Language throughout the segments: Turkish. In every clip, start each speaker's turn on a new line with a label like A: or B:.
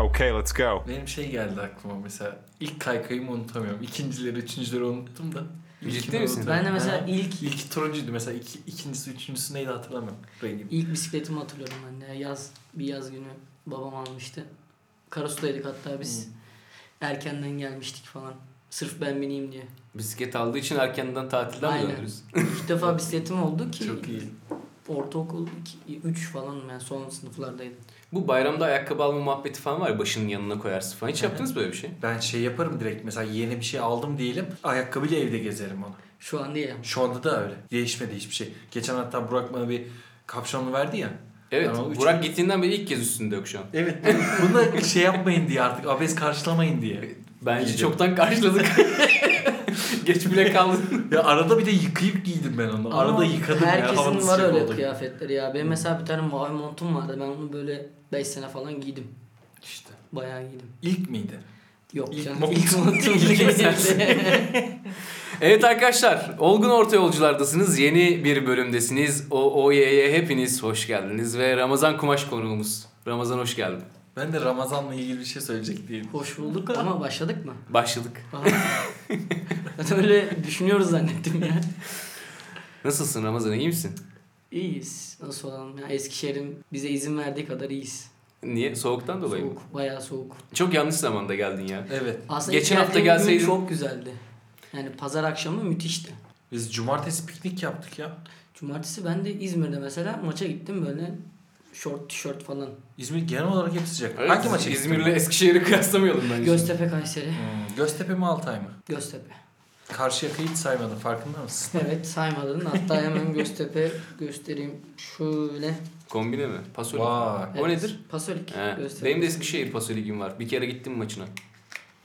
A: Okay, let's go.
B: Benim şey geldi aklıma mesela. İlk kaykayımı unutamıyorum. İkincileri, üçüncüleri unuttum da.
C: Ciddi
B: İlkini
C: misin?
B: unutamıyorum.
D: Ben de mesela
B: Ha.
D: ilk
B: İlki turuncuydu mesela. İki, ikincisi, üçüncüsü neydi hatırlamıyorum. Rengini.
D: ilk bisikletimi hatırlıyorum ben de. Yaz bir yaz günü babam almıştı. Karasu'daydık hatta biz. Erkenden gelmiştik falan. Sırf ben bineyim diye.
C: Bisiklet aldığı için erkenden tatilden mi
D: Aynen.
C: dönüyoruz?
D: İlk defa bisikletim oldu ki
B: Çok iyi.
D: ortaokul 3 falan ben son sınıflardaydım.
C: Bu bayramda ayakkabı alma muhabbeti falan var ya başının yanına koyarsın falan. Hiç
B: Hı hı.
C: yaptınız mı böyle bir şey?
B: Ben şey yaparım direkt mesela yeni bir şey aldım diyelim. Ayakkabıyla evde gezerim onu.
D: Şu an değil ama.
B: Şu anda da öyle. Değişmedi hiçbir şey. Geçen hatta Burak bana bir kapşonlu verdi ya.
C: Evet.
B: Ama üç-
C: Burak gittiğinden beri ilk kez üstünde yok şu an.
B: Evet. Bunu şey yapmayın diye artık abes karşılamayın diye.
C: Bence
B: İyice.
C: çoktan karşıladık. Geç bile kaldı.
B: Ya arada bir de yıkayıp giydim ben onu. Arada
D: Ama
B: yıkadım ya.
D: Herkesin
B: havada
D: var
B: sıcak
D: öyle
B: oldu.
D: kıyafetleri ya. Benim mesela bir tane mavi montum vardı. Ben onu böyle 5 sene falan giydim.
B: İşte.
D: Bayağı giydim.
B: İlk miydi?
D: Yok
B: İlk
D: canım.
B: mont-
D: ilk montum değil.
C: İlk Evet arkadaşlar, Olgun Orta Yolculardasınız. Yeni bir bölümdesiniz. O OY'ye hepiniz hoş geldiniz ve Ramazan Kumaş konuğumuz. Ramazan hoş geldin.
B: Ben de Ramazan'la ilgili bir şey söyleyecek değilim.
D: Hoş bulduk ama başladık mı?
C: Başladık.
D: Aha. Zaten öyle düşünüyoruz zannettim ya.
C: Nasılsın Ramazan, iyi misin?
D: İyiyiz. Nasıl olalım? Ya Eskişehir'in bize izin verdiği kadar iyiyiz.
C: Niye? Soğuktan dolayı mı?
D: Soğuk. Bayağı soğuk.
C: Çok yanlış zamanda geldin ya.
B: Evet.
D: Aslında ilk
C: Geçen hafta
D: geldiğim gün
C: gelseydin-
D: Çok güzeldi. Yani pazar akşamı müthişti.
B: Biz cumartesi piknik yaptık ya.
D: Cumartesi ben de İzmir'de mesela maça gittim böyle şort tişört falan.
B: İzmir genel olarak hep sıcak.
C: Evet,
B: Hangi maça gittin?
C: İzmir'le Eskişehir'i kıyaslamayalım bence.
D: Göztepe Kayseri.
B: Hmm, Göztepe mi Altay mı?
D: Göztepe.
B: Karşıyaka'yı hiç saymadın farkında mısın?
D: Evet saymadın. Hatta hemen Göztepe göstereyim. Şöyle.
C: Kombine mi? Pasolik.
B: Vay.
C: O nedir?
D: Pasolik.
C: He.
D: Göztepe.
C: Benim de Eskişehir Pasolik'im var. Bir kere gittim maçına.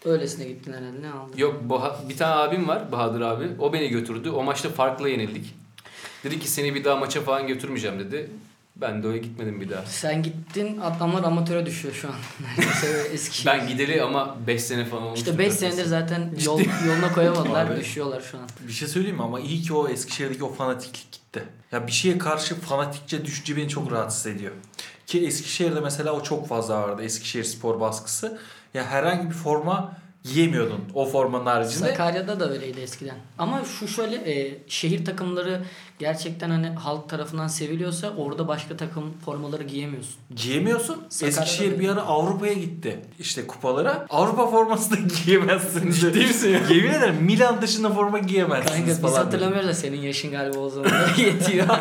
D: Öylesine gittin herhalde ne aldın?
C: Yok Baha- bir tane abim var Bahadır abi. O beni götürdü. O maçta farkla yenildik. Dedi ki seni bir daha maça falan götürmeyeceğim dedi. Ben de öyle gitmedim bir daha.
D: Sen gittin adamlar amatöre düşüyor şu an. Neredeyse böyle eski.
C: Ben gideli ama 5 sene falan olmuştu.
D: işte 5
C: zaten.
D: senedir zaten yol, yoluna koyamadılar.
B: Abi.
D: düşüyorlar şu an.
B: Bir şey söyleyeyim mi ama iyi ki o Eskişehir'deki o fanatiklik gitti. Ya bir şeye karşı fanatikçe düşünce beni çok rahatsız ediyor. Ki Eskişehir'de mesela o çok fazla vardı. Eskişehir spor baskısı. Ya herhangi bir forma giyemiyordun o formanın haricinde.
D: Sakarya'da da öyleydi eskiden. Ama şu şöyle e, şehir takımları gerçekten hani halk tarafından seviliyorsa orada başka takım formaları giyemiyorsun.
B: Giyemiyorsun.
D: Sakarya'da
B: Eskişehir
D: da
B: bir ara Avrupa'ya gitti. İşte kupalara. Avrupa forması da giyemezsin. Ciddi misin ya? Yemin ederim Milan dışında forma giyemezsiniz
D: Kanka biz
B: falan.
D: hatırlamıyoruz da senin yaşın galiba o zamanlar yetiyor.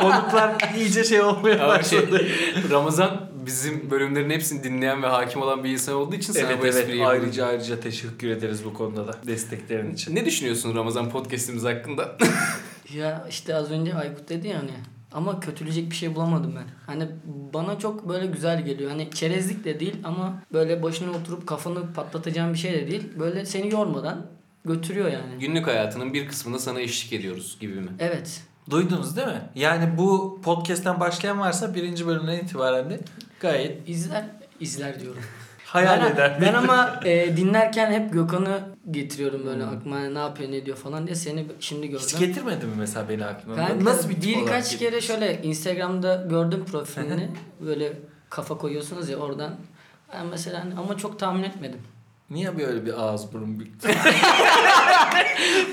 B: Konuklar iyice şey olmaya
C: Ama şey,
B: başladı.
C: Ramazan bizim bölümlerin hepsini dinleyen ve hakim olan bir insan olduğu için sana
B: evet
C: bu espriyi
B: evet
C: yapıyorum.
B: ayrıca ayrıca teşekkür ederiz bu konuda da desteklerin için.
C: Ne düşünüyorsun Ramazan podcast'imiz hakkında?
D: ya işte az önce Aykut dedi ya hani ama kötüleyecek bir şey bulamadım ben. Hani bana çok böyle güzel geliyor. Hani çerezlik de değil ama böyle başına oturup kafanı patlatacağın bir şey de değil. Böyle seni yormadan götürüyor yani.
C: Günlük hayatının bir kısmında sana eşlik ediyoruz gibi mi?
D: Evet.
B: Duydunuz değil mi? Yani bu podcast'ten başlayan varsa birinci bölümden itibaren de gayet
D: İzler izler diyorum.
B: hayal
D: ben,
B: eder.
D: Ben ama e, dinlerken hep Gökhan'ı getiriyorum böyle aklıma hani ne yapıyor ne diyor falan diye seni şimdi gördüm.
B: Hiç getirmedi mi mesela beni aklına?
D: Kanka,
B: Nasıl bir tip olarak
D: birkaç
B: getirdi?
D: kere şöyle Instagram'da gördüm profilini böyle kafa koyuyorsunuz ya oradan. Ben mesela hani- ama çok tahmin etmedim.
B: Niye böyle bir ağız burun büktü?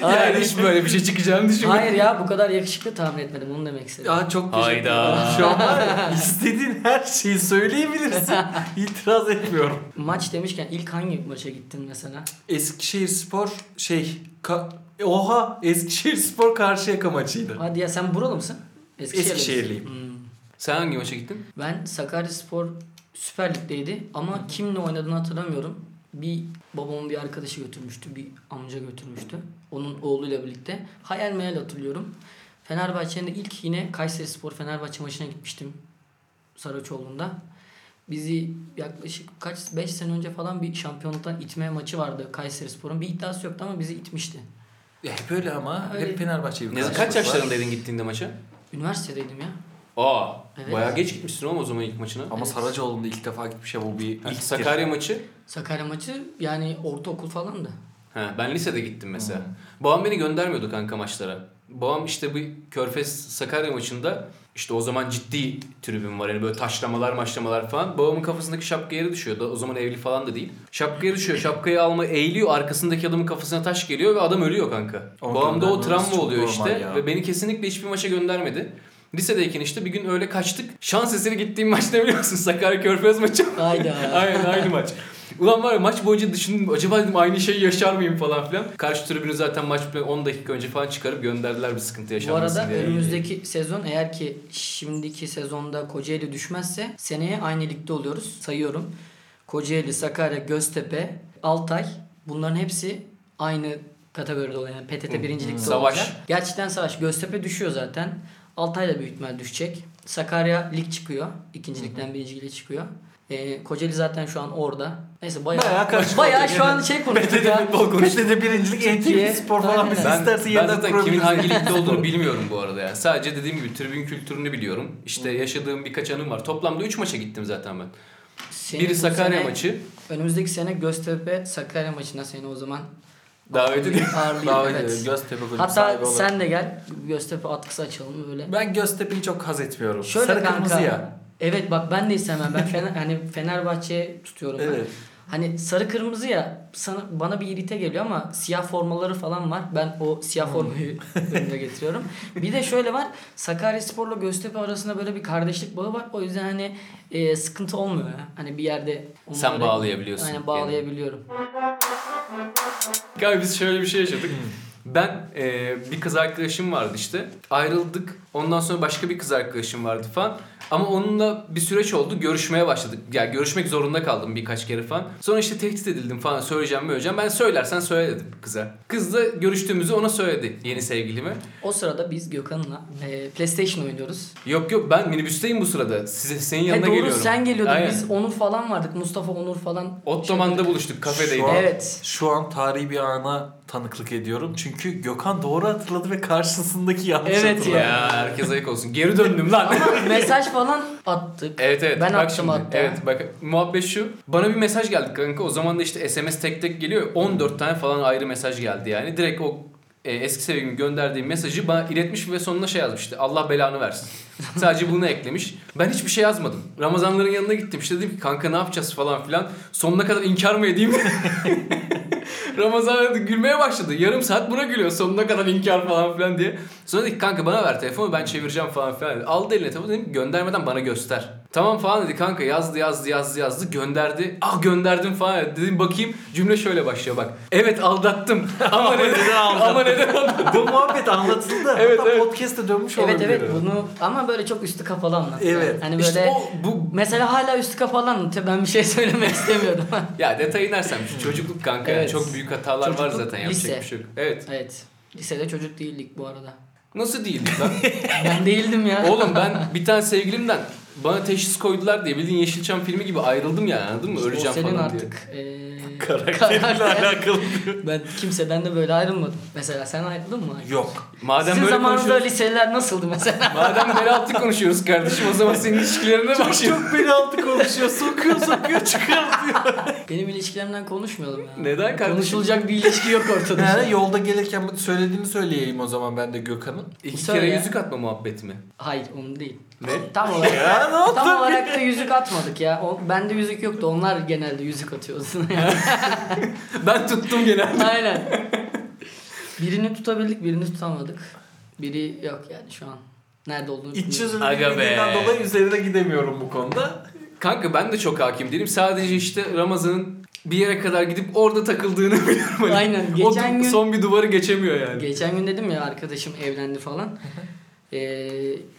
D: Hayır.
C: Yani hiç böyle bir şey çıkacağını düşünmüyorum.
D: Hayır ya bu kadar yakışıklı tahmin etmedim onu demek istedim.
B: Aa çok teşekkür
C: Hayda.
B: ederim. Şu an var ya, istediğin her şeyi söyleyebilirsin. İtiraz etmiyorum.
D: Maç demişken ilk hangi maça gittin mesela?
B: Eskişehir Spor şey... ka- Oha! Eskişehir Spor Karşıyaka maçıydı.
D: Hadi ya sen buralı mısın? Eskişehirli misin?
B: Eskişehirliyim.
D: Hmm.
C: Sen hangi maça gittin?
D: Ben Sakaryaspor Süper Lig'deydi ama kimle oynadığını hatırlamıyorum. Bir babamın bir arkadaşı götürmüştü, bir amca götürmüştü. Onun oğluyla birlikte. Hayal meyal hatırlıyorum. Fenerbahçe'nin de ilk yine Kayseri Spor Fenerbahçe maçına gitmiştim. Saraçoğlu'nda. Bizi yaklaşık kaç 5 sene önce falan bir şampiyonluktan itme maçı vardı Kayseri Spor'un. Bir iddiası yoktu ama bizi itmişti.
B: Ya E, Hep öyle ama
D: Öyle.
B: hep Fenerbahçe'yi
C: Ne, kaç yaşlarındaydın gittiğinde maça?
D: Üniversitedeydim ya.
C: Aa,
D: Evet.
C: bayağı geç gitmişsin ama o zaman ilk maçına.
B: Ama Saracoğlu'nda ilk defa gitmiş ya bu bir
C: Ha,
B: ilk
C: Sakarya maçı.
D: Sakarya maçı yani ortaokul falandı.
C: Ha, ben lisede gittim mesela. Babam beni göndermiyordu kanka maçlara. Babam işte bu Körfez Sakarya maçında İşte o zaman ciddi tribün var. Yani böyle taşlamalar maçlamalar falan. Babamın kafasındaki şapka yere düşüyor. Da- O zaman evli falan da değil. Şapka yere düşüyor. Şapkayı alma eğiliyor. Arkasındaki adamın kafasına taş geliyor ve adam ölüyor kanka.
B: Ama
C: Babamda o
B: göndermemiz
C: travma
B: çok
C: oluyor
B: normal
C: işte.
B: ya.
C: Ve beni kesinlikle hiçbir maça göndermedi. Lisedeyken işte bir gün öyle kaçtık. Şans eseri gittiğim maç ne biliyorsun? Sakarya Körfez maçı.
D: Hayda.
C: Aynen aynı maç. Ulan var ya maç boyunca düşündüm acaba dedim aynı şeyi yaşar mıyım falan filan. Karşı tribünü zaten maç 10 dakika önce falan çıkarıp gönderdiler bir sıkıntı
D: Bu
C: yaşanmasın
D: arada e,
C: diye.
D: önümüzdeki sezon eğer ki şimdiki sezonda Kocaeli düşmezse seneye aynı ligde oluyoruz. Sayıyorum. Kocaeli, Sakarya, Göztepe, Altay bunların hepsi aynı kategoride oluyor. Yani PTT birinci ligde
C: Savaş.
D: olacak. Gerçekten savaş. Göztepe düşüyor zaten. Altay da büyük ihtimal düşecek. Sakarya lig çıkıyor. İkinci ligden birinci lige çıkıyor. Ee, Kocaeli zaten şu an orada. Neyse bayağı
B: Bayağı karışık
D: bayağı
B: oldu.
D: şu an şey konuştuk
B: PTT
D: ya.
B: futbol konuştuk. PTT birincilik,
D: Türkiye.
B: NTV spor falan
D: Aynen.
B: biz
C: Ben,
B: istersen
C: ben
B: yeniden
C: zaten kimin
B: kurabiliriz.
C: hangi ligde olduğunu bilmiyorum bu arada yani. Sadece dediğim gibi tribün kültürünü biliyorum. İşte yaşadığım birkaç anım var. Toplamda 3 maça gittim zaten ben.
D: Senin
C: Biri
D: bu
C: Sakarya
D: sene-
C: maçı.
D: Önümüzdeki sene Göztepe Sakarya maçına seni o zaman
C: Davet ediyor.
D: ağırlayayım.
B: Davet
D: evet.
B: ediyorum. Göztepe kulübü sahibi
D: Hatta
B: olarak.
D: sen de gel Göztepe atkısı açalım böyle.
B: Ben Göztepe'yi çok haz etmiyorum.
D: Şöyle
B: Sarı
D: kanka.
B: kırmızı ya.
D: Evet bak ben de istemem. Ben Fener, hani Fenerbahçe tutuyorum ben.
B: Evet.
D: Hani sarı kırmızı ya sana bana bir irite geliyor ama siyah formaları falan var. Ben o siyah formayı önüne getiriyorum. Bir de şöyle var. Sakaryaspor'la Göztepe arasında böyle bir kardeşlik bağı var. O yüzden hani e, sıkıntı olmuyor ya. Hani bir yerde
C: Sen
D: onları-
C: bağlayabiliyorsun.
D: Aynen
C: Yani.
D: bağlayabiliyorum.
C: Abi biz şöyle bir şey yaşadık. Ben e, bir kız arkadaşım vardı işte. Ayrıldık. Ondan sonra başka bir kız arkadaşım vardı falan. Ama onunla bir süreç oldu. Görüşmeye başladık. Yani görüşmek zorunda kaldım birkaç kere falan. Sonra işte tehdit edildim falan. Söyleyeceğim mi öleceğim. Ben söylersen söyle dedim kıza. Kız da görüştüğümüzü ona söyledi. Yeni sevgilimi.
D: O sırada biz Gökhan'la e, PlayStation oynuyoruz.
C: Yok yok ben minibüsteyim bu sırada. Size senin
D: He
C: yanına
D: doğru
C: geliyorum.
D: sen geliyordun.
C: Aynen.
D: Biz Onur falan vardık. Mustafa Onur falan.
C: Ottoman'da buluştuk kafedeydi.
B: Şu an-
D: Evet.
B: Şu an tarihi bir ana tanıklık ediyorum. Çünkü Gökhan doğru hatırladı ve karşısındaki yanlış
D: Evet
B: hatırladı.
C: Ya herkese ayık olsun. Geri döndüm lan.
D: Ama mesaj falan attık.
C: Evet evet.
D: Ben
C: bak
D: attım
C: şimdi.
D: hatta.
C: Evet bak muhabbet şu. Bana bir mesaj geldi kanka. O zaman da işte SMS tek tek geliyor. 14 tane falan ayrı mesaj geldi yani. Direkt o e, eski sevgilimi gönderdiğim mesajı bana iletmiş ve sonuna şey yazmıştı. Allah belanı versin. Sadece bunu eklemiş. Ben hiçbir şey yazmadım. Ramazanların yanına gittim. İşte dedim ki kanka ne yapacağız falan filan. Sonuna kadar inkar mı edeyim? Ramazan dedi, gülmeye başladı. Yarım saat buna gülüyor. Sonuna kadar inkar falan filan diye. Sonra dedi ki, kanka bana ver telefonu ben çevireceğim falan filan dedi. Aldı eline telefonu dedim ki, göndermeden bana göster. Tamam falan dedi kanka yazdı yazdı yazdı yazdı gönderdi. Ah gönderdim falan dedi. Dedim bakayım cümle şöyle başlıyor bak. Evet aldattım. Ama neden
B: aldattım?
C: Ama neden aldattım?
B: Bu muhabbet anlatıldı.
C: Evet,
B: Evet, Hatta
C: evet.
B: podcast'te dönmüş
D: Evet
B: olabilir.
D: evet bunu ama böyle çok üstü kapalı anlattı.
B: Evet.
D: Hani böyle
C: İşte o bu
D: mesela hala üstü kapalı anlatıyor. Ben bir şey söylemek istemiyorum.
C: ya detayı inersem şu çocukluk kanka ya.
D: Evet.
C: çok büyük hatalar var
D: Çocukluk,
C: zaten yapacak
D: lise.
C: bir şey yok. Evet.
D: evet. Lisede çocuk değildik bu arada.
C: Nasıl değildik lan?
D: Ben değildim ya.
C: Oğlum ben bir tane sevgilimden bana teşhis koydular diye bildiğin Yeşilçam filmi gibi ayrıldım yani anladın mı?
D: İşte o
C: Öleceğim
D: senin
C: falan diye.
D: artık eee,
B: Karakterle
D: karakter.
B: alakalı.
D: Ben kimseden de böyle ayrılmadım. Mesela sen ayrıldın mı?
B: Yok.
C: Madem
D: Sizin
C: böyle
D: zamanında
C: konuşuyoruz,
D: liseler nasıldı mesela?
C: madem bel altı konuşuyoruz kardeşim o zaman senin ilişkilerine başlıyor.
B: Çok beni altı konuşuyor. Sokuyor sokuyor çıkartıyor.
D: Benim ilişkilerimden konuşmayalım ya.
C: Neden kardeşim?
D: Konuşulacak bir ilişki yok ortada.
B: Yani yolda gelirken söylediğini söyleyeyim o zaman ben de Gökhan'ın.
C: İki
D: Söyle
C: kere
D: ya.
C: yüzük atma muhabbeti mi?
D: Hayır onu değil.
C: Ne?
D: Tam olarak,
B: Ya, ne oldu?
D: tam olarak da yüzük atmadık ya. O, bende yüzük yoktu. Onlar genelde yüzük atıyordu.
C: Ben tuttum genelde.
D: Aynen. Birini tutabildik, birini tutamadık. Biri yok yani şu an. Nerede olduğunu
B: İç
D: bilmiyorum.
B: yüzünü
C: Aga
B: bilmediğinden
C: be.
B: dolayı üzerine gidemiyorum bu konuda.
C: Kanka ben de çok hakim değilim. Sadece işte Ramazan'ın bir yere kadar gidip orada takıldığını biliyorum. Hani
D: Aynen.
C: O
D: Geçen
C: du-
D: gün-
C: son bir duvarı geçemiyor yani.
D: Geçen gün dedim ya arkadaşım evlendi falan. Ee,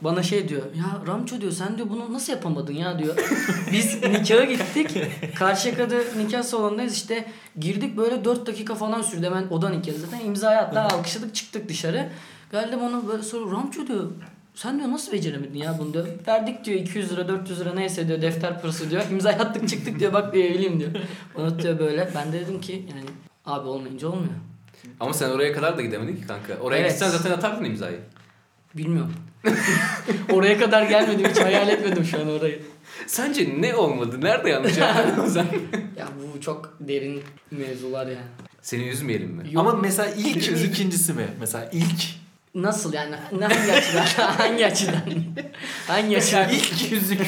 D: bana şey diyor ya Ramço diyor sen diyor bunu nasıl yapamadın ya diyor. Biz nikaha gittik. Karşıyaka'da nikah salonundayız işte. Girdik böyle 4 dakika falan sürdü hemen oda nikahı zaten. imzayı hatta alkışladık çıktık dışarı. Geldim ona böyle soru Ramço diyor sen diyor nasıl beceremedin ya bunu diyor. Verdik diyor 200 lira 400 lira neyse diyor defter parası diyor. İmza attık çıktık diyor bak diyor evliyim diyor. Bana diyor böyle ben de dedim ki yani abi olmayınca olmuyor.
C: Ama sen oraya kadar da gidemedin ki kanka. Oraya
D: Evet.
C: gitsen zaten atardın imzayı.
D: Bilmiyorum. Oraya kadar gelmedim hiç hayal etmedim şu an orayı.
C: Sence ne olmadı? Nerede yanlış
B: Şey,
C: yaptın Ramazan?
D: Ya bu çok derin mevzular yani.
C: Seni üzmeyelim mi?
D: Yok.
B: Ama mesela ilk mi
C: Üzücü.
B: ikincisi mi? Mesela ilk
D: Nasıl yani? Ne, hangi açıdan? hangi açıdan? hangi açıdan?
B: İlk yüzük.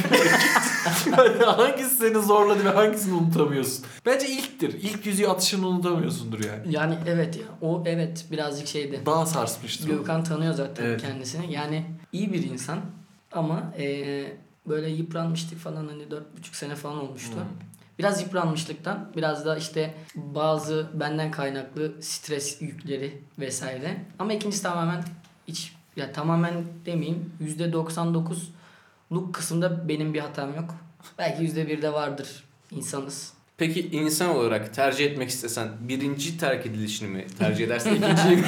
B: yani hangisi seni zorladı ve hangisini unutamıyorsun? Bence ilktir. İlk yüzüğü atışını unutamıyorsundur yani.
D: yani evet ya. O evet birazcık şeydi.
B: Daha sarsmıştır. onu.
D: Gökhan tanıyor zaten
B: Evet.
D: kendisini. Yani iyi bir insan ama eee, böyle yıpranmıştık falan hani dört buçuk sene falan olmuştu.
B: Hmm.
D: Biraz yıpranmışlıktan, biraz da işte bazı benden kaynaklı stres yükleri vesaire. Ama ikincisi tamamen iç ya tamamen demeyeyim %99'luk kısımda benim bir hatam yok. Belki %1 de vardır insanız.
C: Peki insan olarak tercih etmek istesen birinci terk edilişini mi tercih edersin ikinciyi mi?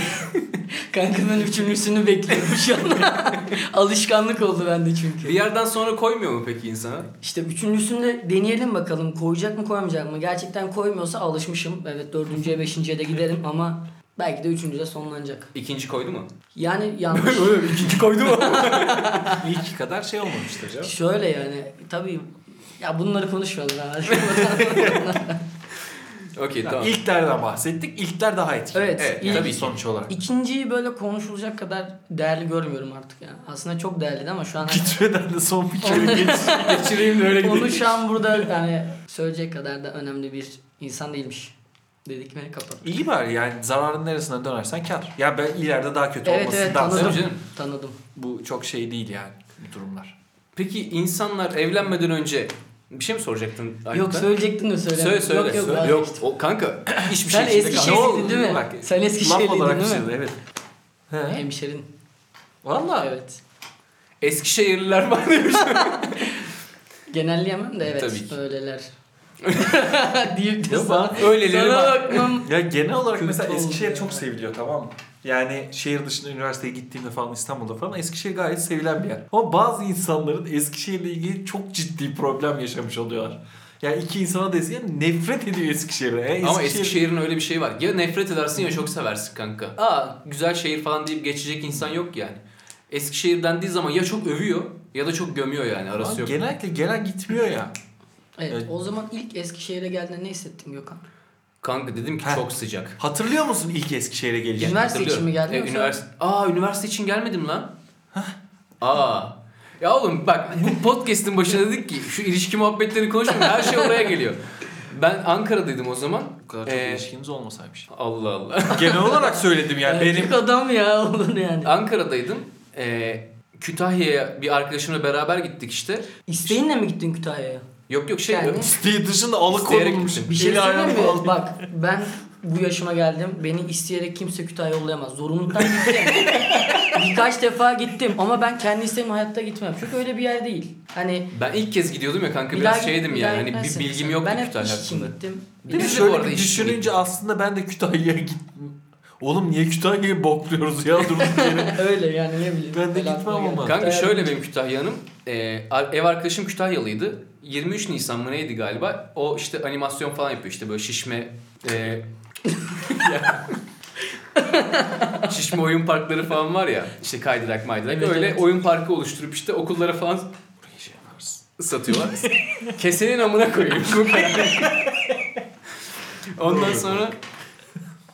D: Kankamın üçüncüsünü bekliyorum şu an. Alışkanlık oldu bende çünkü.
C: Bir yerden sonra koymuyor mu peki insana?
D: İşte üçüncüsünü de deneyelim bakalım. Koyacak mı koymayacak mı? Gerçekten koymuyorsa alışmışım. Evet dördüncüye beşinciye de giderim ama belki de üçüncüde sonlanacak.
C: İkinci koydu mu?
D: Yani yanlış.
C: İkinci koydu mu?
B: İlki kadar şey olmamıştır canım.
D: Şöyle yani tabii ya bunları konuşmayalım ya.
C: Okey
B: Tamam.
C: tamam.
B: İlklerden bahsettik. İlkler daha etkili.
D: Şey, Evet,
C: Evet,
D: ilk-
B: Tabii sonuç olarak.
D: İkinciyi böyle konuşulacak kadar değerli görmüyorum artık ya. Aslında çok değerliydi ama şu an hani
B: Gitmeden de son bir kere geç- geçireyim de öyle
D: onu
B: gidelim.
D: şu an burada yani söyleyecek kadar da önemli bir insan değilmiş. Dedik mi kapattık.
B: İyi bari yani zararın neresinden dönersen kar. Ya ben ileride daha kötü
D: Evet, evet,
B: olmasındansa
D: anladım.
C: Tabii canım.
D: Tanıdım.
B: bu çok şey değil yani bu durumlar.
C: Peki insanlar evlenmeden önce bir şey mi soracaktın?
D: Yok
C: Aykut'a?
D: söyleyecektin de söyle.
C: Söyle söyle.
D: Yok yok.
C: söyle.
D: vazgeçtim.
C: o kanka hiçbir
D: Sen
C: şey içinde
D: eski
C: kalmadı.
D: şey-
B: Ne oldu?
D: değil mi?
B: Bak,
D: Sen Eskişehirliydin
B: laf olarak
D: değil mi?
B: söyledi, Evet. He.
D: Hemşerin.
B: Valla.
D: Evet.
C: Eskişehirliler var demiş.
D: Genelleyemem de evet.
C: Tabii ki.
D: Öyleler. Deyip de
B: Yok,
D: sana,
C: Öyleleri
D: sana
C: var.
D: bakmam.
B: Ya genel olarak
D: Kötü
B: mesela
D: oldu
B: Eskişehir
D: ya.
B: çok seviliyor tamam mı? Yani şehir dışında üniversiteye gittiğimde falan İstanbul'da falan Eskişehir gayet sevilen bir yer. Ama bazı insanların Eskişehir'le ilgili çok ciddi problem yaşamış oluyorlar. Yani iki insana desin nefret ediyor Eskişehir'e. E, Yani
C: Ama Eskişehir'in öyle bir şeyi var. Ya nefret edersin ya çok seversin kanka. Aa güzel şehir falan deyip geçecek insan yok yani. Eskişehir dendiği zaman ya çok övüyor ya da çok gömüyor yani arası
B: Ama
C: yok.
B: Genellikle genel gitmiyor ya.
D: Evet,
B: Evet.
D: O zaman ilk Eskişehir'e geldiğinde ne hissettin Gökhan?
C: Kanka dedim ki
B: Heh.
C: çok sıcak.
B: Hatırlıyor musun ilk Eskişehir'e gelişini?
D: Üniversite
C: Hatırlıyorum.
D: için mi geldin
C: E,
D: yoksa-
C: üniversite... Aa üniversite için gelmedim lan. Aa. Ya oğlum bak bu podcast'in başına dedik ki şu ilişki muhabbetlerini konuşmayalım her şey oraya geliyor. Ben Ankara'daydım o zaman.
B: Bu kadar çok
C: Ee,
B: ilişkimiz olmasaymış.
C: Allah Allah.
B: Genel olarak söyledim yani benim
D: Erkek adam ya oğlum yani.
C: Ankara'daydım. Ee, Kütahya'ya bir arkadaşımla beraber gittik işte.
D: İsteğinle mi gittin Kütahya'ya?
C: Yok yok şey
D: Yani-
B: isteği dışında
C: İsteyerek
B: alıkonulmuş.
C: gittim.
D: Bir şey
B: Eli
D: söyleyeyim
B: ayağına bağlı.
D: mi? Bak ben bu yaşıma geldim. Beni isteyerek kimse Kütahya yollayamaz. Zorunluluktan gittim. Birkaç defa gittim ama ben kendi isteğim hayatta gitmem. Çünkü öyle bir yer değil. Hani
C: Ben ilk kez gidiyordum ya kanka
D: bir
C: biraz
D: daha-
C: şeydim
D: bir
C: yani
D: daha
C: hani bir
D: gitmezsin
C: bilgim
D: mesela.
C: yoktu
D: Ben hep
C: Kütahya
D: iş için
C: hakkında.
D: gittim.
B: Değil mi?
C: Biz de bu
B: Şöyle
C: arada
B: bir
C: iş-
B: düşününce aslında ben de Kütahya'ya git. Oğlum niye Kütahya'yı bokluyoruz ya durduk yere.
D: Öyle yani ne bileyim.
B: Ben de
D: Öyle
B: gitmem
D: aklıma
B: ama.
D: geldi.
C: Kanka
D: Kütahya-
C: şöyle benim Kütahya'nın e, ar- ev arkadaşım Kütahyalıydı. 23 Nisan mı neydi galiba? O işte animasyon falan yapıyor işte böyle şişme e, şişme oyun parkları falan var ya. işte kaydırak maydırak
D: Evet,
C: öyle
D: evet.
C: oyun parkı oluşturup işte okullara falan satıyorlar. Kesenin amına koyayım. Bu kadar. Ondan sonra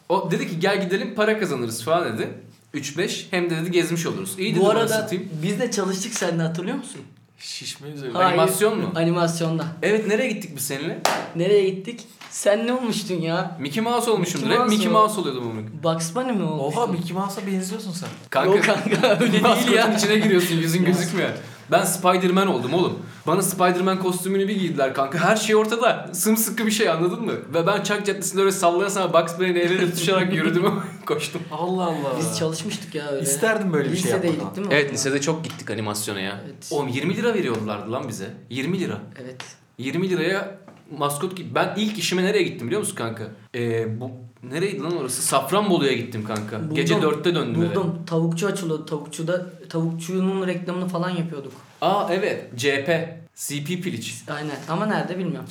C: o dedi ki gel gidelim para kazanırız falan dedi. 3-5 hem de dedi gezmiş oluruz. İyi dedi
D: Bu
C: bana
D: arada
C: satayım.
D: biz de çalıştık seninle hatırlıyor musun?
B: Şişme üzere.
D: Hayır.
C: Animasyon mu?
D: Animasyonda.
C: Evet nereye gittik biz seninle?
D: Nereye gittik? Sen ne olmuştun ya?
C: Mickey Mouse olmuşum
D: Mickey
C: direkt.
D: Mouse
C: Mickey
D: mu?
C: Mouse oluyordum onu.
D: Bugs Bunny mi olmuştun?
B: Oha Mickey Mouse'a benziyorsun sen.
C: Kanka,
D: Yok kanka öyle değil
C: maskotun
D: ya.
C: içine giriyorsun yüzün gözükmüyor. Ben Spider-Man oldum oğlum. Bana Spider-Man kostümünü bir giydiler kanka. Her şey ortada. Sımsıkı bir şey anladın mı? Ve ben Çak Caddesi'nde öyle sallana sana Bugs Bunny'le el ele tutuşarak yürüdüm koştum.
B: Allah Allah.
D: Biz çalışmıştık ya öyle.
B: İsterdim böyle bir şey
D: Lisedeydik
B: yapmak.
D: değil mi?
C: Evet lisede çok gittik animasyona ya.
D: Evet.
C: Oğlum 20 lira veriyorlardı lan bize. 20 lira.
D: Evet.
C: 20 liraya maskot gibi. Ben ilk işime nereye gittim biliyor musun kanka? Ee, bu nereydi lan orası? Safranbolu'ya gittim kanka.
D: Buldum.
C: Gece 4'te döndüm eve.
D: Buldum. Tavukçu açılıyordu. Tavukçuda tavukçunun reklamını falan yapıyorduk.
C: Aa evet. CHP. CP Piliç.
D: Aynen. Ama nerede bilmiyorum.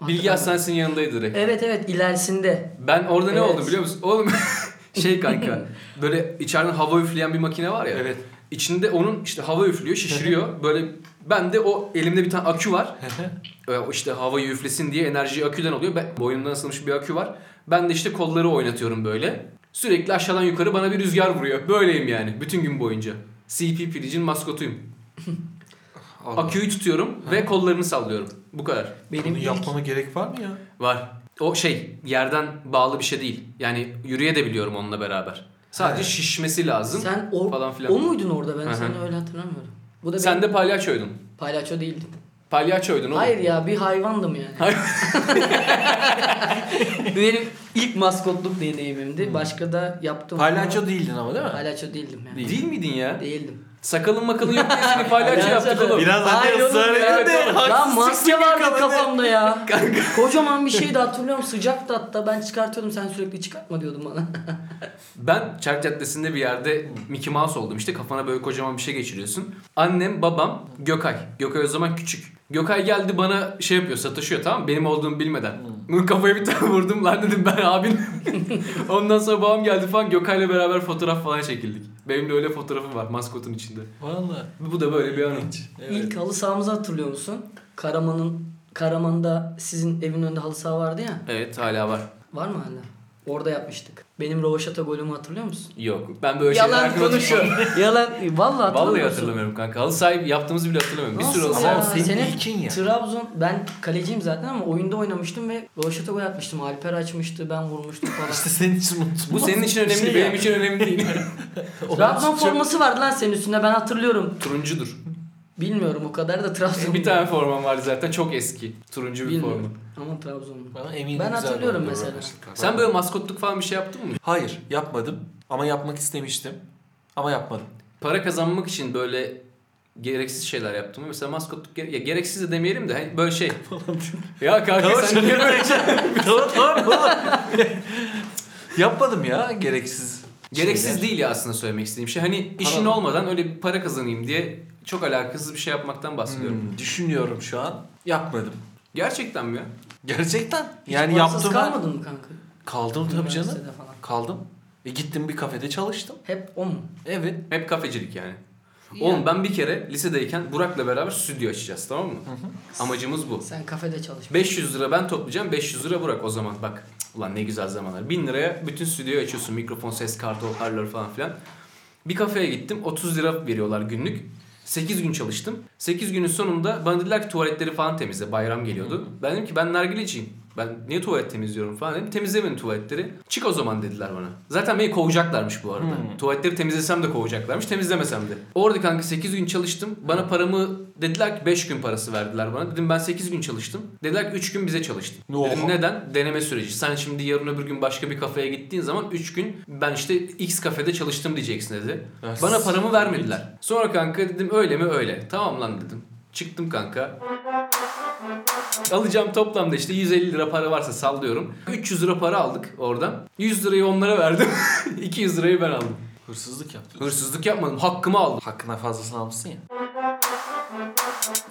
C: Bilgi Hastanesi'nin yanındaydı direkt.
D: Evet evet ilerisinde.
C: Ben orada ne
D: Evet.
C: oldum biliyor musun? Oğlum şey kanka. böyle içeriden hava üfleyen bir makine var ya.
B: Evet.
C: İçinde onun işte hava üflüyor, şişiriyor. böyle Ben de o elimde bir tane akü var. Ee, o işte havayı üflesin diye enerjiyi aküden alıyor. Ben, boynumdan asılmış bir akü var. Ben de işte kolları oynatıyorum böyle. Sürekli aşağıdan yukarı bana bir rüzgar vuruyor. Böyleyim yani bütün gün boyunca. CP Pilic'in maskotuyum.
B: Allah.
C: Aküyü tutuyorum ve kollarını sallıyorum. Bu kadar.
D: Benim
B: Bunu
D: ilk-
B: yapmama gerek var mı ya?
C: Var. O şey yerden bağlı bir şey değil. Yani yürüye de biliyorum onunla beraber. Sadece
B: He.
C: şişmesi lazım. Sen,
D: sen o,
C: falan filan.
D: o muydun orada ben
C: Hı hı.
D: seni öyle hatırlamıyorum. Bu da benim
C: de palyaçoydun.
D: palyaço değildin.
C: Palyaçoydun oğlum.
D: Hayır ya bir hayvandım yani.
C: Hayır.
D: benim ilk maskotluk deneyimimdi. Başka da yaptığım
B: Palyaço değildin ama değil mi?
D: palyaço Hmm. değildim yani.
C: Değil. miydin ya?
D: Değildim.
C: Sakalın makalın yok diye seni palyaço yaptık oğlum.
B: Biraz hadi
D: Hayır oğlum,
B: ısrar edin
C: evet
B: de
D: Ya
C: oğlum.
B: haksızlık
D: maske
B: gibi
D: vardı
B: kadın.
D: kafamda ya. Kocaman bir şeydi hatırlıyorum sıcaktı hatta ben çıkartıyordum sen sürekli çıkartma diyordun bana.
C: Ben Çark Caddesi'nde bir yerde Mickey Mouse oldum işte kafana böyle kocaman bir şey geçiriyorsun. Annem, babam, Gökay. Gökay o zaman küçük. Gökay geldi bana şey yapıyor sataşıyor tamam mı? benim olduğumu bilmeden. Bunun kafaya bir tane vurdum lan dedim ben abin. Ondan sonra babam geldi falan Gökay'la beraber fotoğraf falan çekildik. Benim de öyle fotoğrafım var maskotun içinde.
B: Vallahi.
C: Bu da böyle bir anı.
B: Evet.
D: İlk halı sahamızı hatırlıyor musun? Karaman'ın Karaman'da sizin evin önünde halı saha vardı ya.
C: Evet hala var.
D: Var mı hala? Orada yapmıştık. Benim Rovaşata golümü hatırlıyor musun?
C: Yok. Ben böyle şeyler
D: Yalan
C: hakkında
D: konuşuyor. Yalan. Vallahi hatırlamıyorsun.
C: Vallahi hatırlamıyorum kanka. Halı sahibi yaptığımızı bile hatırlamıyorum. Bir sürü halı
D: Nasıl
C: sahibi-
B: Ama
D: ya?
B: senin
D: Senin
B: ilkin ya.
D: Trabzon ben kaleciyim zaten ama oyunda oynamıştım ve Rovaşata gol atmıştım. Alper açmıştı ben vurmuştum falan.
B: İşte senin için unutulmaz.
C: Bu senin için
B: bir
C: önemli
B: şey
C: benim
B: ya.
C: için önemli değil.
D: Trabzon forması vardı lan senin üstünde ben hatırlıyorum.
C: Turuncudur.
D: Bilmiyorum o kadar da Trabzon.
C: Bir tane formam var zaten çok eski. Turuncu bir
D: Bilmiyorum.
C: forma.
D: Ama Trabzon'un.
B: Bana eminim
D: Ben
B: güzel
D: hatırlıyorum
B: oldu
D: mesela.
B: Rovaşata.
C: Sen böyle maskotluk falan bir şey yaptın mı?
B: Hayır yapmadım ama yapmak istemiştim. Ama yapmadım.
C: Para kazanmak için böyle gereksiz şeyler yaptın mı? Mesela maskotluk gere- ya gereksiz de demeyelim de hani böyle şey. ya kanka
B: Tamam
C: sen niye böyle
B: tamam tamam. tamam. yapmadım ya gereksiz.
C: Gereksiz
B: şeyler.
C: değil ya aslında söylemek istediğim şey. Hani işin
B: Para-
C: olmadan öyle bir para kazanayım diye çok alakasız bir şey yapmaktan bahsediyorum.
B: Hmm, düşünüyorum şu an. Yapmadım.
C: Gerçekten mi ya?
B: Gerçekten.
D: Hiç
B: yani
D: parasız
B: yaptım.
D: kalmadın mı kanka?
B: Kaldım tabii canım.
D: Üniversitede falan.
B: Kaldım. E gittim bir kafede çalıştım.
D: Hep o mu?
B: Evet.
C: Hep kafecilik yani. Oğlum ben bir kere lisedeyken Burak'la beraber stüdyo açacağız tamam mı? Amacımız bu.
D: Sen kafede çalış.
C: 500 lira ben toplayacağım 500 lira Burak o zaman bak. Cık, Ulan ne güzel zamanlar. 1000 liraya bütün stüdyoyu açıyorsun mikrofon ses kartı hoparlör falan filan. Bir kafeye gittim 30 lira veriyorlar günlük. 8 gün çalıştım. 8 günün sonunda bana dediler ki tuvaletleri falan temizle. Bayram geliyordu. Ben dedim ki ben nargileciyim. Ben niye tuvalet temizliyorum falan dedim. Temizlemeyin tuvaletleri. Çık o zaman dediler bana. Zaten beni kovacaklarmış bu arada.
B: Hmm.
C: Tuvaletleri temizlesem de kovacaklarmış. Temizlemesem de. Orada kanka 8 gün çalıştım. Bana paramı dediler ki 5 gün parası verdiler bana. Dedim ben 8 gün çalıştım. Dediler ki 3 gün bize çalıştın.
B: Oha.
C: Dedim neden? Deneme süreci. Sen şimdi yarın öbür gün başka bir kafeye gittiğin zaman 3 gün ben işte X kafede çalıştım diyeceksin dedi.
B: Evet.
C: Bana paramı vermediler. Sonra kanka dedim öyle mi öyle. Tamam lan dedim. Çıktım kanka. Alacağım toplamda işte 150 lira para varsa sallıyorum. 300 lira para aldık oradan. 100 lirayı onlara verdim. 200 lirayı ben aldım.
B: Hırsızlık yaptım.
C: Hırsızlık yapmadım. Hakkımı aldım.
B: Hakkına fazlasını almışsın ya.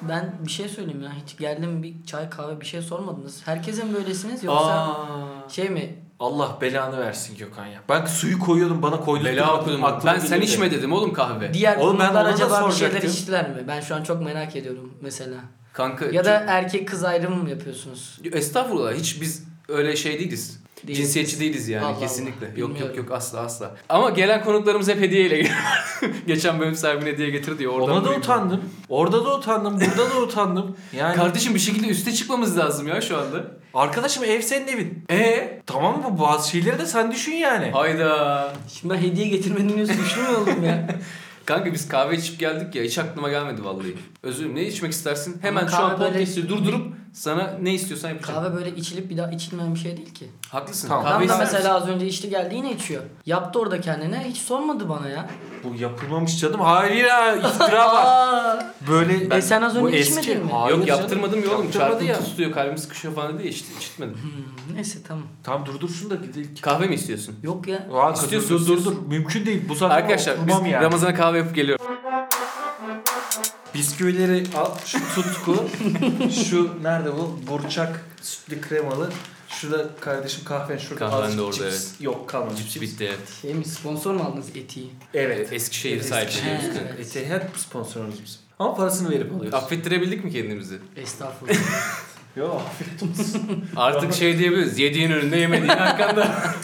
D: Ben bir şey söyleyeyim ya. Hiç geldim bir çay kahve bir şey sormadınız. Herkese mi böylesiniz yoksa
C: Aa.
D: şey mi?
B: Allah belanı versin Gökhan ya. Ben suyu koyuyordum bana koydu.
C: Bela okudum. Ben sen içme dedim oğlum kahve.
D: Diğer
B: Oğlum ben
D: konuklar
B: ona da
D: acaba bir şeyler
B: soracaktım.
D: içtiler mi? Ben şu an çok merak ediyorum mesela.
C: Kanka
D: Ya da erkek kız ayrımı mı yapıyorsunuz?
C: çok- estağfurullah hiç biz öyle şey değiliz.
D: Değil.
C: Cinsiyetçi değiliz yani
D: Allah Allah.
C: kesinlikle. Yok yok
D: Bilmiyorum.
C: yok asla asla. Ama gelen konuklarımız hep hediyeyle geliyor. Geçen bölüm sahibine hediye getirdi ya oradan.
B: Ona da
C: bulayım.
B: utandım. Orada da utandım. Burada da utandım. Yani
C: Kardeşim bir şekilde üste çıkmamız lazım ya şu anda.
B: arkadaşım ev senin evin.
C: E
B: Tamam mı? Bazı şeyleri de sen düşün yani.
C: hayda.
D: Şimdi ben hediye getirmedim diye suçlu mu oldum ya?
C: Kanka biz kahve içip geldik ya hiç aklıma gelmedi vallahi. Özür dilerim ne içmek istersin? Hemen şu
D: kahve
C: an
D: böyle-
C: podcast'i durdurup sana ne istiyorsan yapacağım.
D: Kahve böyle içilip bir daha içilmeyen bir şey değil ki.
C: Haklısın.
B: Tamam.
C: Kahve
D: Adam da
C: ister misin?
D: mesela az önce içti geldi yine içiyor. Yaptı orada kendine hiç sormadı bana ya.
B: Bu yapılmamış canım. Hayır ya iftira var.
D: Aa!
B: Böyle
D: E sen az
B: Bu
D: önce
B: eski-
D: içmedin mi?
B: Hayır
C: Yok
B: canım.
C: yaptırmadım ya oğlum.
B: Yaptırmadı
C: Çarpıntı
B: ya.
C: tutuyor kalbim sıkışıyor falan dedi ya işte içmedim.
D: Hmm, Neyse tamam.
B: Tam durdur şunu da gidelim.
C: Kahve mi istiyorsun?
D: Yok ya.
B: Lan
C: İstiyorsun,
B: dur, dur, dur,
C: istiyorsun.
B: Mümkün değil. Bu zaten
C: Arkadaşlar biz
B: oturmam yani.
C: Ramazan'a kahve yapıp geliyoruz.
B: Bisküvileri al. Şu tutku. şu nerede bu? Burçak sütlü kremalı. Şurada kardeşim kahven şurada.
C: Kahven
B: azıcık
C: de orada,
B: cips. Yok kalmadı.
C: Cips bitti evet.
D: Şey mi sponsor mu aldınız etiği?
B: Evet.
C: Eskişehir
B: Eski-
D: Şey,
C: sahibi.
D: Evet.
B: Etihad sponsorumuz bizim. Ama parasını verip alıyorsun.
C: Affettirebildik mi kendimizi?
D: Estağfurullah.
B: Yok afiyet olsun.
C: Artık şey diyebiliriz. Yediğin önünde yemediğin arkanda.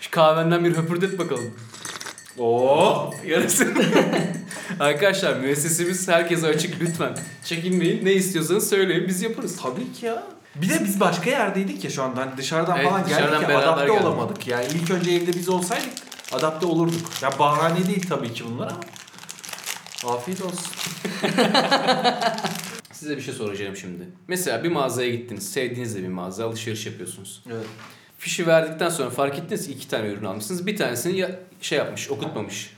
C: Şu kahvenden bir höpürdet bakalım.
B: Oo.
C: Yarısı. Arkadaşlar müessesemiz herkese açık lütfen. Çekinmeyin. Ne istiyorsanız söyleyin biz yaparız.
B: Tabii ki ya. Bir de biz başka yerdeydik ya şu anda. Hani dışarıdan
C: Evet,
B: falan geldik
C: dışarıdan
B: ya
C: beraber
B: adapte
C: geldik.
B: olamadık. Yani ilk önce evde biz olsaydık adapte olurduk. Ya bahane değil tabii ki bunlar ama. Afiyet olsun.
C: Size bir şey soracağım şimdi. Mesela bir mağazaya gittiniz. Sevdiğiniz de bir mağaza alışveriş yapıyorsunuz.
B: Evet.
C: Fişi verdikten sonra fark ettiniz ki iki tane ürün almışsınız. Bir tanesini ya şey yapmış, okutmamış.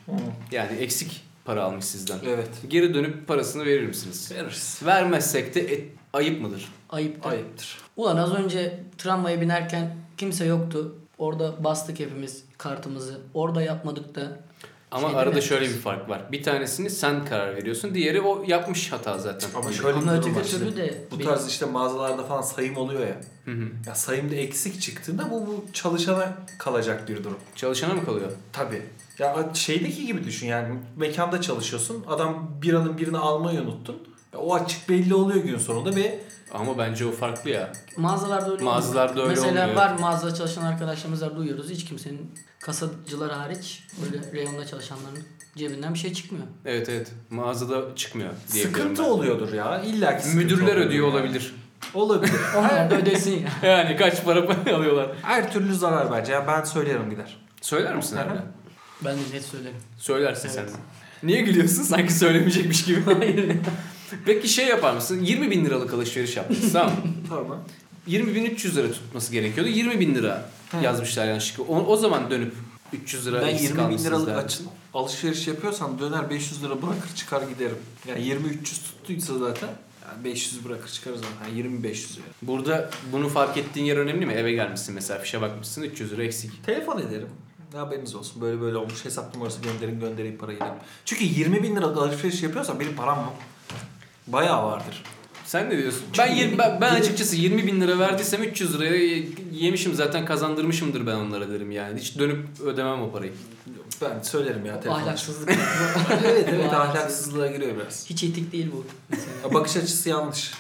C: Yani eksik para almış sizden.
B: Evet.
C: Geri dönüp parasını verir misiniz?
B: Veririz.
C: Vermezsek de et- ayıp mıdır?
D: Ayıp da.
B: Ayıptır.
D: Ulan az önce tramvaya binerken kimse yoktu. Orada bastık hepimiz kartımızı. Orada yapmadık da.
C: Ama
D: Şey değil
C: arada
D: mi?
C: şöyle bir fark var. Bir tanesini sen karar veriyorsun. Diğeri o yapmış hata zaten.
B: Ama
C: Gibi.
B: şöyle bir
D: Ama
B: durum var.
D: öteki türlü
B: şimdi.
D: de
B: Bu
D: bir-
B: tarz işte mağazalarda falan sayım oluyor ya.
C: Hı hı.
B: Ya sayımda eksik çıktığında bu, bu çalışana kalacak bir durum.
C: Çalışana mı kalıyor?
B: Tabii. Ya şeydeki gibi düşün yani mekanda çalışıyorsun. Adam biranın birini almayı unuttun. Ya o açık belli oluyor gün sonunda ve
C: Ama bence o farklı ya.
D: Mağazalarda öyle
C: Mağazalarda
D: olmuyor.
C: öyle
D: Mesela
C: olmuyor.
D: var mağazada çalışan arkadaşlarımızlar duyuyoruz. Hiç kimsenin kasacılar hariç böyle reyonda çalışanların cebinden bir şey çıkmıyor.
C: Evet evet. Mağazada çıkmıyor diye
B: sıkıntı oluyordur ya. İlla ki sıkıntı
C: Müdürler
B: oluyordur
C: ödüyor
B: yani.
C: olabilir.
B: Olabilir.
D: Onlar da ödesin ya.
C: Yani kaç para alıyorlar.
B: Her türlü zarar bence. Yani ben söylerim gider.
C: Söyler misin
B: Hı hı.
C: Erden?
D: Ben de net söylerim.
C: Söylersin
D: Evet.
C: sen. Niye gülüyorsun? Sanki söylemeyecekmiş gibi. Peki şey yapar mısın? 20 bin liralık alışveriş yaptınız tamam mı?
B: Tamam.
C: 20 bin 300 lira tutması gerekiyordu. 20 bin lira
B: Hı.
C: yazmışlar yanlışlıkla. O, o zaman dönüp 300 lira
B: Ben
C: eksik
B: 20 bin
C: almışsınız
B: liralık
C: derdim.
B: açın, alışveriş yapıyorsam döner 500 lira bırakır çıkar giderim. Yani 20-300 tuttuysa zaten yani 500 bırakır çıkar zaten. Yani 20-500 lira.
C: Burada bunu fark ettiğin yer önemli mi? Eve gelmişsin mesela fişe bakmışsın 300 lira eksik.
B: Telefon ederim. Ne haberiniz olsun böyle böyle olmuş hesap numarası gönderin göndereyim parayı derim. Çünkü 20 bin liralık alışveriş yapıyorsam benim param mı? Bayağı vardır.
C: Sen ne diyorsun? Ben, yirmi- ben, ben açıkçası 20 bin lira verdiysem 300 liraya ye- yemişim zaten kazandırmışımdır ben onlara derim yani. Hiç dönüp ödemem o parayı.
B: Ben söylerim ya telefon.
D: Ahlaksızlık.
B: evet evet
D: Bu
B: ahlaksızlığa giriyor biraz.
D: Hiç etik değil bu.
B: Ya bakış açısı yanlış.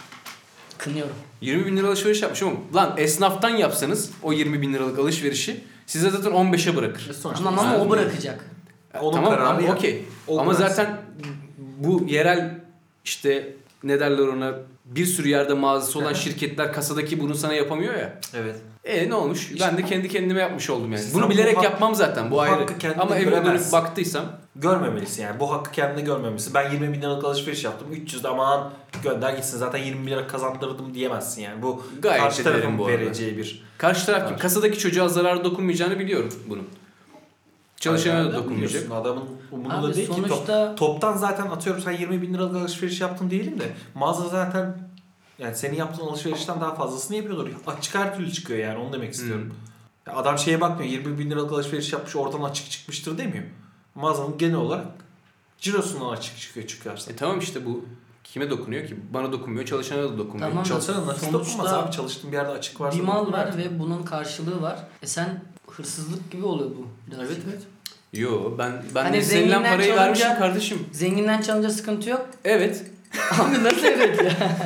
D: Kınıyorum.
C: 20 bin lira alışveriş yapmış ama lan esnaftan yapsanız o 20 bin liralık alışverişi size zaten 15'e bırakır.
B: E, Sonuçta
D: Tamam ama
C: sen-
D: o bırakacak.
B: Onun
C: tamam
B: kararı
C: ama
B: ya.
C: okey.
B: O biraz-
C: Ama zaten bu yerel işte ne derler ona bir sürü yerde mağazası olan şirketler kasadaki bunu sana yapamıyor ya.
B: Evet.
C: E ne olmuş? Ben de kendi kendime yapmış oldum yani.
B: Sen
C: Bunu
B: bu
C: bilerek
B: hak-
C: yapmam zaten. Bu
B: bu
C: ayrı.
B: hakkı kendine
C: Ama evime dönüp
B: veremezsin.
C: baktıysam
B: Görmemelisin yani bu hakkı kendine görmemelisin. Ben 20 bin liralık alışveriş yaptım 300 de aman gönder gitsin zaten 20 bin lira kazandırdım diyemezsin yani. Bu
C: Gayet
B: karşı
C: ederim
B: tarafın
C: bu arada.
B: vereceği bir.
C: Karşı taraf
B: Var.
C: kim? Kasadaki çocuğa zarar dokunmayacağını biliyorum bunun. Çalışana da
B: Nereden
C: dokunmayacak.
B: biliyorsun? Adamın umurunda
D: Abi
B: değil ki. Top-
D: sonuçta
B: Toptan zaten atıyorum sen 20 bin liralık alışveriş yaptın diyelim de mağaza zaten yani senin yaptığın alışverişten daha fazlasını yapıyordur. Açık her türlü çıkıyor yani onu demek istiyorum.
C: Hmm.
B: Ya adam şeye bakmıyor 20 bin liralık alışveriş yapmış oradan açık çıkmıştır demiyor. Mağazanın genel olarak cirosundan açık çıkıyor çıkarsa.
C: E tamam işte bu kime dokunuyor ki? Bana dokunmuyor, çalışana da dokunmuyor.
D: Tamam. da
B: Çalışsana nasıl
D: sonuçta
B: dokunmaz abi çalıştığın bir yerde açık varsa.
D: bir mal
B: dokun
D: var
B: artık.
D: ve bunun karşılığı var. E sen hırsızlık gibi oluyor bu. birazcık.
B: Evet evet.
C: Yo ben ben
D: Hani
C: de istenilen
D: zenginler
C: parayı
D: çalınca-
C: vermişim kardeşim.
D: Zenginden çalınca sıkıntı yok.
C: Evet.
D: Abi nasıl evet ya?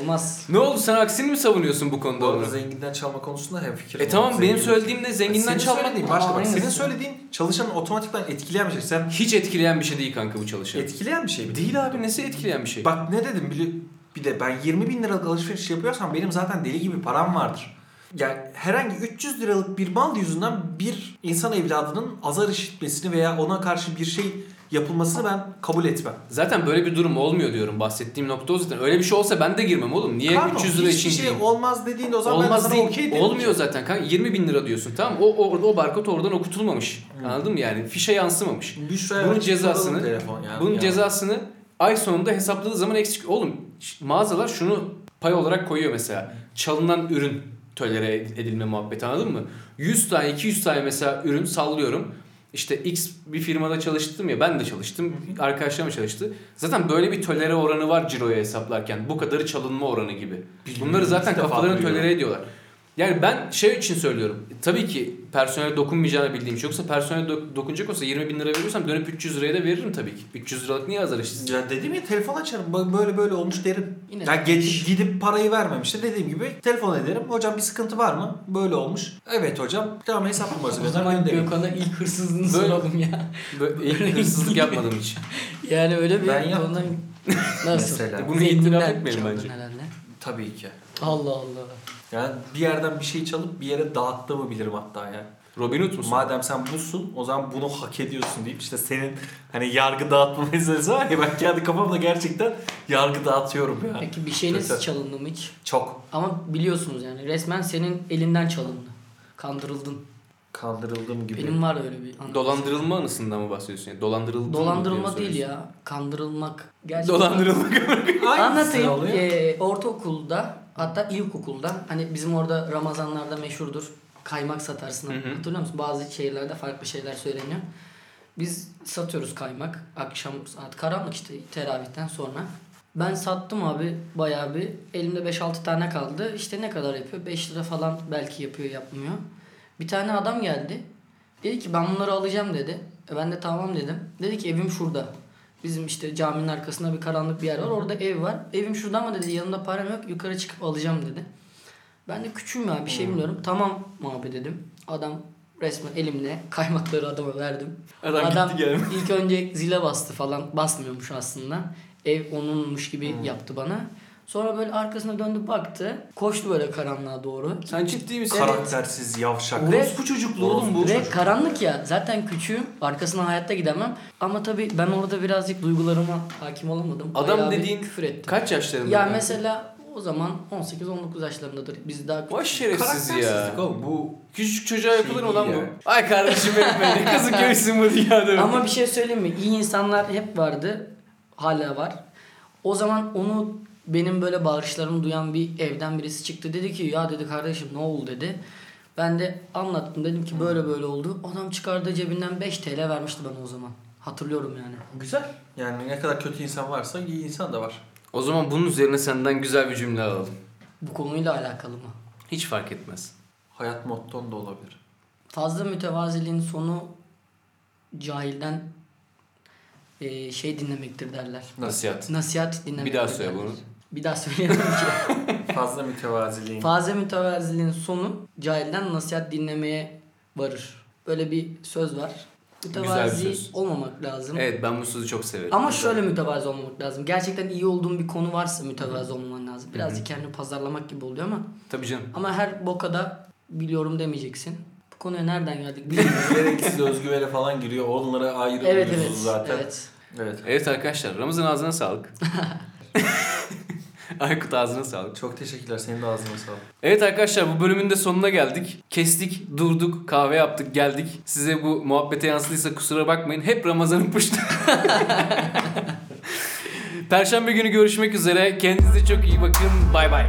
D: Olmaz.
C: Ne oldu sen aksini mi savunuyorsun bu konuda?
B: Bu arada
C: Onur?
B: zenginden çalma konusunda hem fikir.
C: E tamam benim söylediğim de zenginden çalmak
B: değil. Başka bak
D: Aynısı.
B: senin söylediğin çalışanı otomatikman etkileyen bir şey. Sen
C: hiç etkileyen bir şey değil kanka bu çalışan.
B: etkileyen bir şey mi?
C: Değil abi nesi etkileyen bir şey?
B: Bak ne dedim bili- bir de ben 20 bin liralık alışveriş yapıyorsam benim zaten deli gibi param vardır. Yani herhangi 300 liralık bir mal yüzünden bir insan evladının azar işitmesini veya ona karşı bir şey yapılmasını ben kabul etmem.
C: Zaten böyle bir durum olmuyor diyorum. Bahsettiğim nokta o zaten. Öyle bir şey olsa ben de girmem oğlum. Niye
B: Pardon,
C: 300 lira
B: hiçbir
C: için
B: şey
C: gireyim?
B: olmaz dediğinde o zaman ben
C: Olmaz
B: de sana
C: değil.
B: okey derim.
C: Olmuyor zaten kanka. 20 bin lira diyorsun tamam O, o, o barkod oradan okutulmamış.
B: Hmm.
C: Anladın mı yani? Fişe yansımamış.
B: Büşra'ya
C: Bunun
B: açıp
C: cezasını-
B: soralım telefon yani.
C: Bunun
B: Yani.
C: cezasını ay sonunda hesapladığı zaman eksik. Oğlum ş- mağazalar şunu pay olarak koyuyor mesela. Çalınan ürün tölere ed- edilme muhabbeti anladın mı? 100 tane 200 tane mesela ürün sallıyorum. İşte X bir firmada çalıştım ya ben de çalıştım. Arkadaşlarım çalıştı. Zaten böyle bir tölere oranı var ciroya hesaplarken. Bu kadarı çalınma oranı gibi.
B: Bilmiyorum,
C: Bunları
B: ilk
C: zaten
B: defa
C: kafalarını
B: duyuyorum.
C: tölere ediyorlar. Yani ben şey için söylüyorum. Tabii ki personel dokunmayacağını bildiğim şey yoksa personel dok- dokunacak olsa 20 bin lira veriyorsam dönüp 300 liraya da veririm tabii ki. 300 liralık niye azar işsiz?
B: Ya dedim ya telefon açarım Bak böyle böyle olmuş derim.
D: Yine
B: ya
D: de-
B: ge- gidip parayı vermemişti dediğim gibi telefon ederim. Hocam bir sıkıntı var mı? Böyle olmuş. Evet hocam. Tamam hesap numarası
D: O
B: gönder
D: zaman
B: gönderin.
D: Gökhan'a ilk hırsızlığını
C: Böyle-
D: soralım ya.
C: Böyle ilk hırsızlık yapmadım hiç.
D: Yani öyle bir
B: Ben yaptım.
D: Nasıl?
B: Mesela.
C: Bunu
D: Zenginler
C: itiraf etmeyelim
D: çaldın
C: bence.
D: herhalde.
B: Tabii ki.
D: Allah Allah.
B: Yani bir yerden bir şey çalıp bir yere dağıttığımı bilirim hatta ya.
C: Robin Hood musun?
B: Madem sen busun o zaman bunu hak ediyorsun deyip işte senin hani yargı dağıtma meselesi var ya ben kendi kafamda gerçekten yargı dağıtıyorum ya.
D: Peki bir şeyiniz
B: Mesela-
D: çalındı mı hiç?
B: Çok
D: Ama biliyorsunuz yani resmen senin elinden çalındı. Kandırıldın.
B: kandırıldığım gibi.
D: Benim var öyle bir anı.
C: Dolandırılma anısından mı bahsediyorsun? Yani dolandırılma
D: Dolandırılma değil ya. Kandırılmak. Gerçekten-
C: Dolandırılma.
B: Aynısı
D: Anlatayım.
B: oluyor.
D: Ee, ortaokulda hatta ilkokulda hani bizim orada Ramazanlarda meşhurdur. Kaymak satarsın.
C: Hı hı.
D: Hatırlıyor musun? Bazı şehirlerde farklı şeyler söyleniyor. Biz satıyoruz kaymak. Akşam saat karanlık işte teravihten sonra. Ben sattım abi bayağı bir. Elimde 5-6 tane kaldı. İşte ne kadar yapıyor? 5 lira falan belki yapıyor yapmıyor. Bir tane adam geldi. Dedi ki ben bunları alacağım dedi. E ben de tamam dedim. Dedi ki evim şurada. Bizim işte caminin arkasında bir karanlık bir yer var. Orada ev var. Evim şurada ama dedi yanımda param yok. Yukarı çıkıp alacağım dedi. Ben de küçüğüm ya bir şey
C: Hmm.
D: bilmiyorum. Tamam abi dedim. Adam resmen elimle kaymakları adama verdim.
C: Adam gitti gelmiş.
D: ilk önce zile bastı falan. Basmıyormuş aslında. Ev onunmuş gibi
C: Hmm.
D: yaptı bana. Sonra böyle arkasına döndü baktı. Koştu böyle karanlığa doğru.
C: Sen ciddi misin?
B: Karaktersiz yavşak.
D: Ve-
C: Orospu çocuklu oğlum bu.
D: Ve karanlık ya. Zaten küçüğüm. Arkasına hayatta gidemem. Ama tabii ben orada birazcık duygularıma hakim olamadım.
C: Adam
D: Bayağı bir
C: dediğin
D: küfür etti.
C: Kaç yaşlarında?
D: Ya mesela o zaman 18-19 yaşlarındadır. Biz daha
C: Vay şerefsiz ya.
B: Karaktersizlik oğlum bu.
C: Küçük çocuğa yapılır mı
B: Şey
C: lan
B: ya.
C: bu? Ay kardeşim benim be. Ne kızı görsün bu dünyada.
D: Ama bir şey söyleyeyim mi? İyi insanlar hep vardı. Hala var. O zaman onu benim böyle bağırışlarımı duyan bir evden birisi çıktı. Dedi ki ya dedi kardeşim ne oldu dedi. Ben de anlattım. Dedim ki böyle böyle oldu. Adam çıkardığı cebinden 5 TL vermişti bana o zaman. Hatırlıyorum yani.
B: Güzel. Yani ne kadar kötü insan varsa iyi insan da var.
C: O zaman bunun üzerine senden güzel bir cümle alalım.
D: Bu konuyla alakalı mı?
C: Hiç fark etmez.
B: Hayat motton da olabilir.
D: Fazla mütevaziliğin sonu cahilden eee, şey dinlemektir derler.
C: Nasihat.
D: Nasihat dinlemektir
C: Bir daha söyle
D: derler.
C: bunu.
D: Bir daha söyleyemem ki.
B: Fazla mütevaziliğin.
D: Fazla mütevaziliğin sonu cahilden nasihat dinlemeye varır. Böyle bir söz var.
C: Güzel bir
D: Mütevazi
C: söz.
D: olmamak lazım.
C: Evet ben bu sözü çok severim.
D: Ama şöyle mütevazi olmamak lazım. Gerçekten iyi olduğun bir konu varsa mütevazi olman lazım. Birazcık kendini pazarlamak gibi oluyor ama
C: Tabii canım.
D: ama her bokada biliyorum demeyeceksin. Bu konuya nereden geldik bilmiyorum.
B: Gereksiz özgüvene falan giriyor. Onlara ayrı
D: evet
B: mevzu
D: evet.
B: zaten.
D: Evet.
B: evet.
C: Evet arkadaşlar Ramazan ağzına sağlık. Aykut ağzına sağlık.
B: Çok teşekkürler. Senin de ağzına sağlık.
C: Evet arkadaşlar bu bölümün de sonuna geldik. Kestik, durduk, kahve yaptık, geldik. Size bu muhabbete yansıdıysa kusura bakmayın. Hep Ramazan'ın puştu. Perşembe günü görüşmek üzere. Kendinize çok iyi bakın. Bay bay.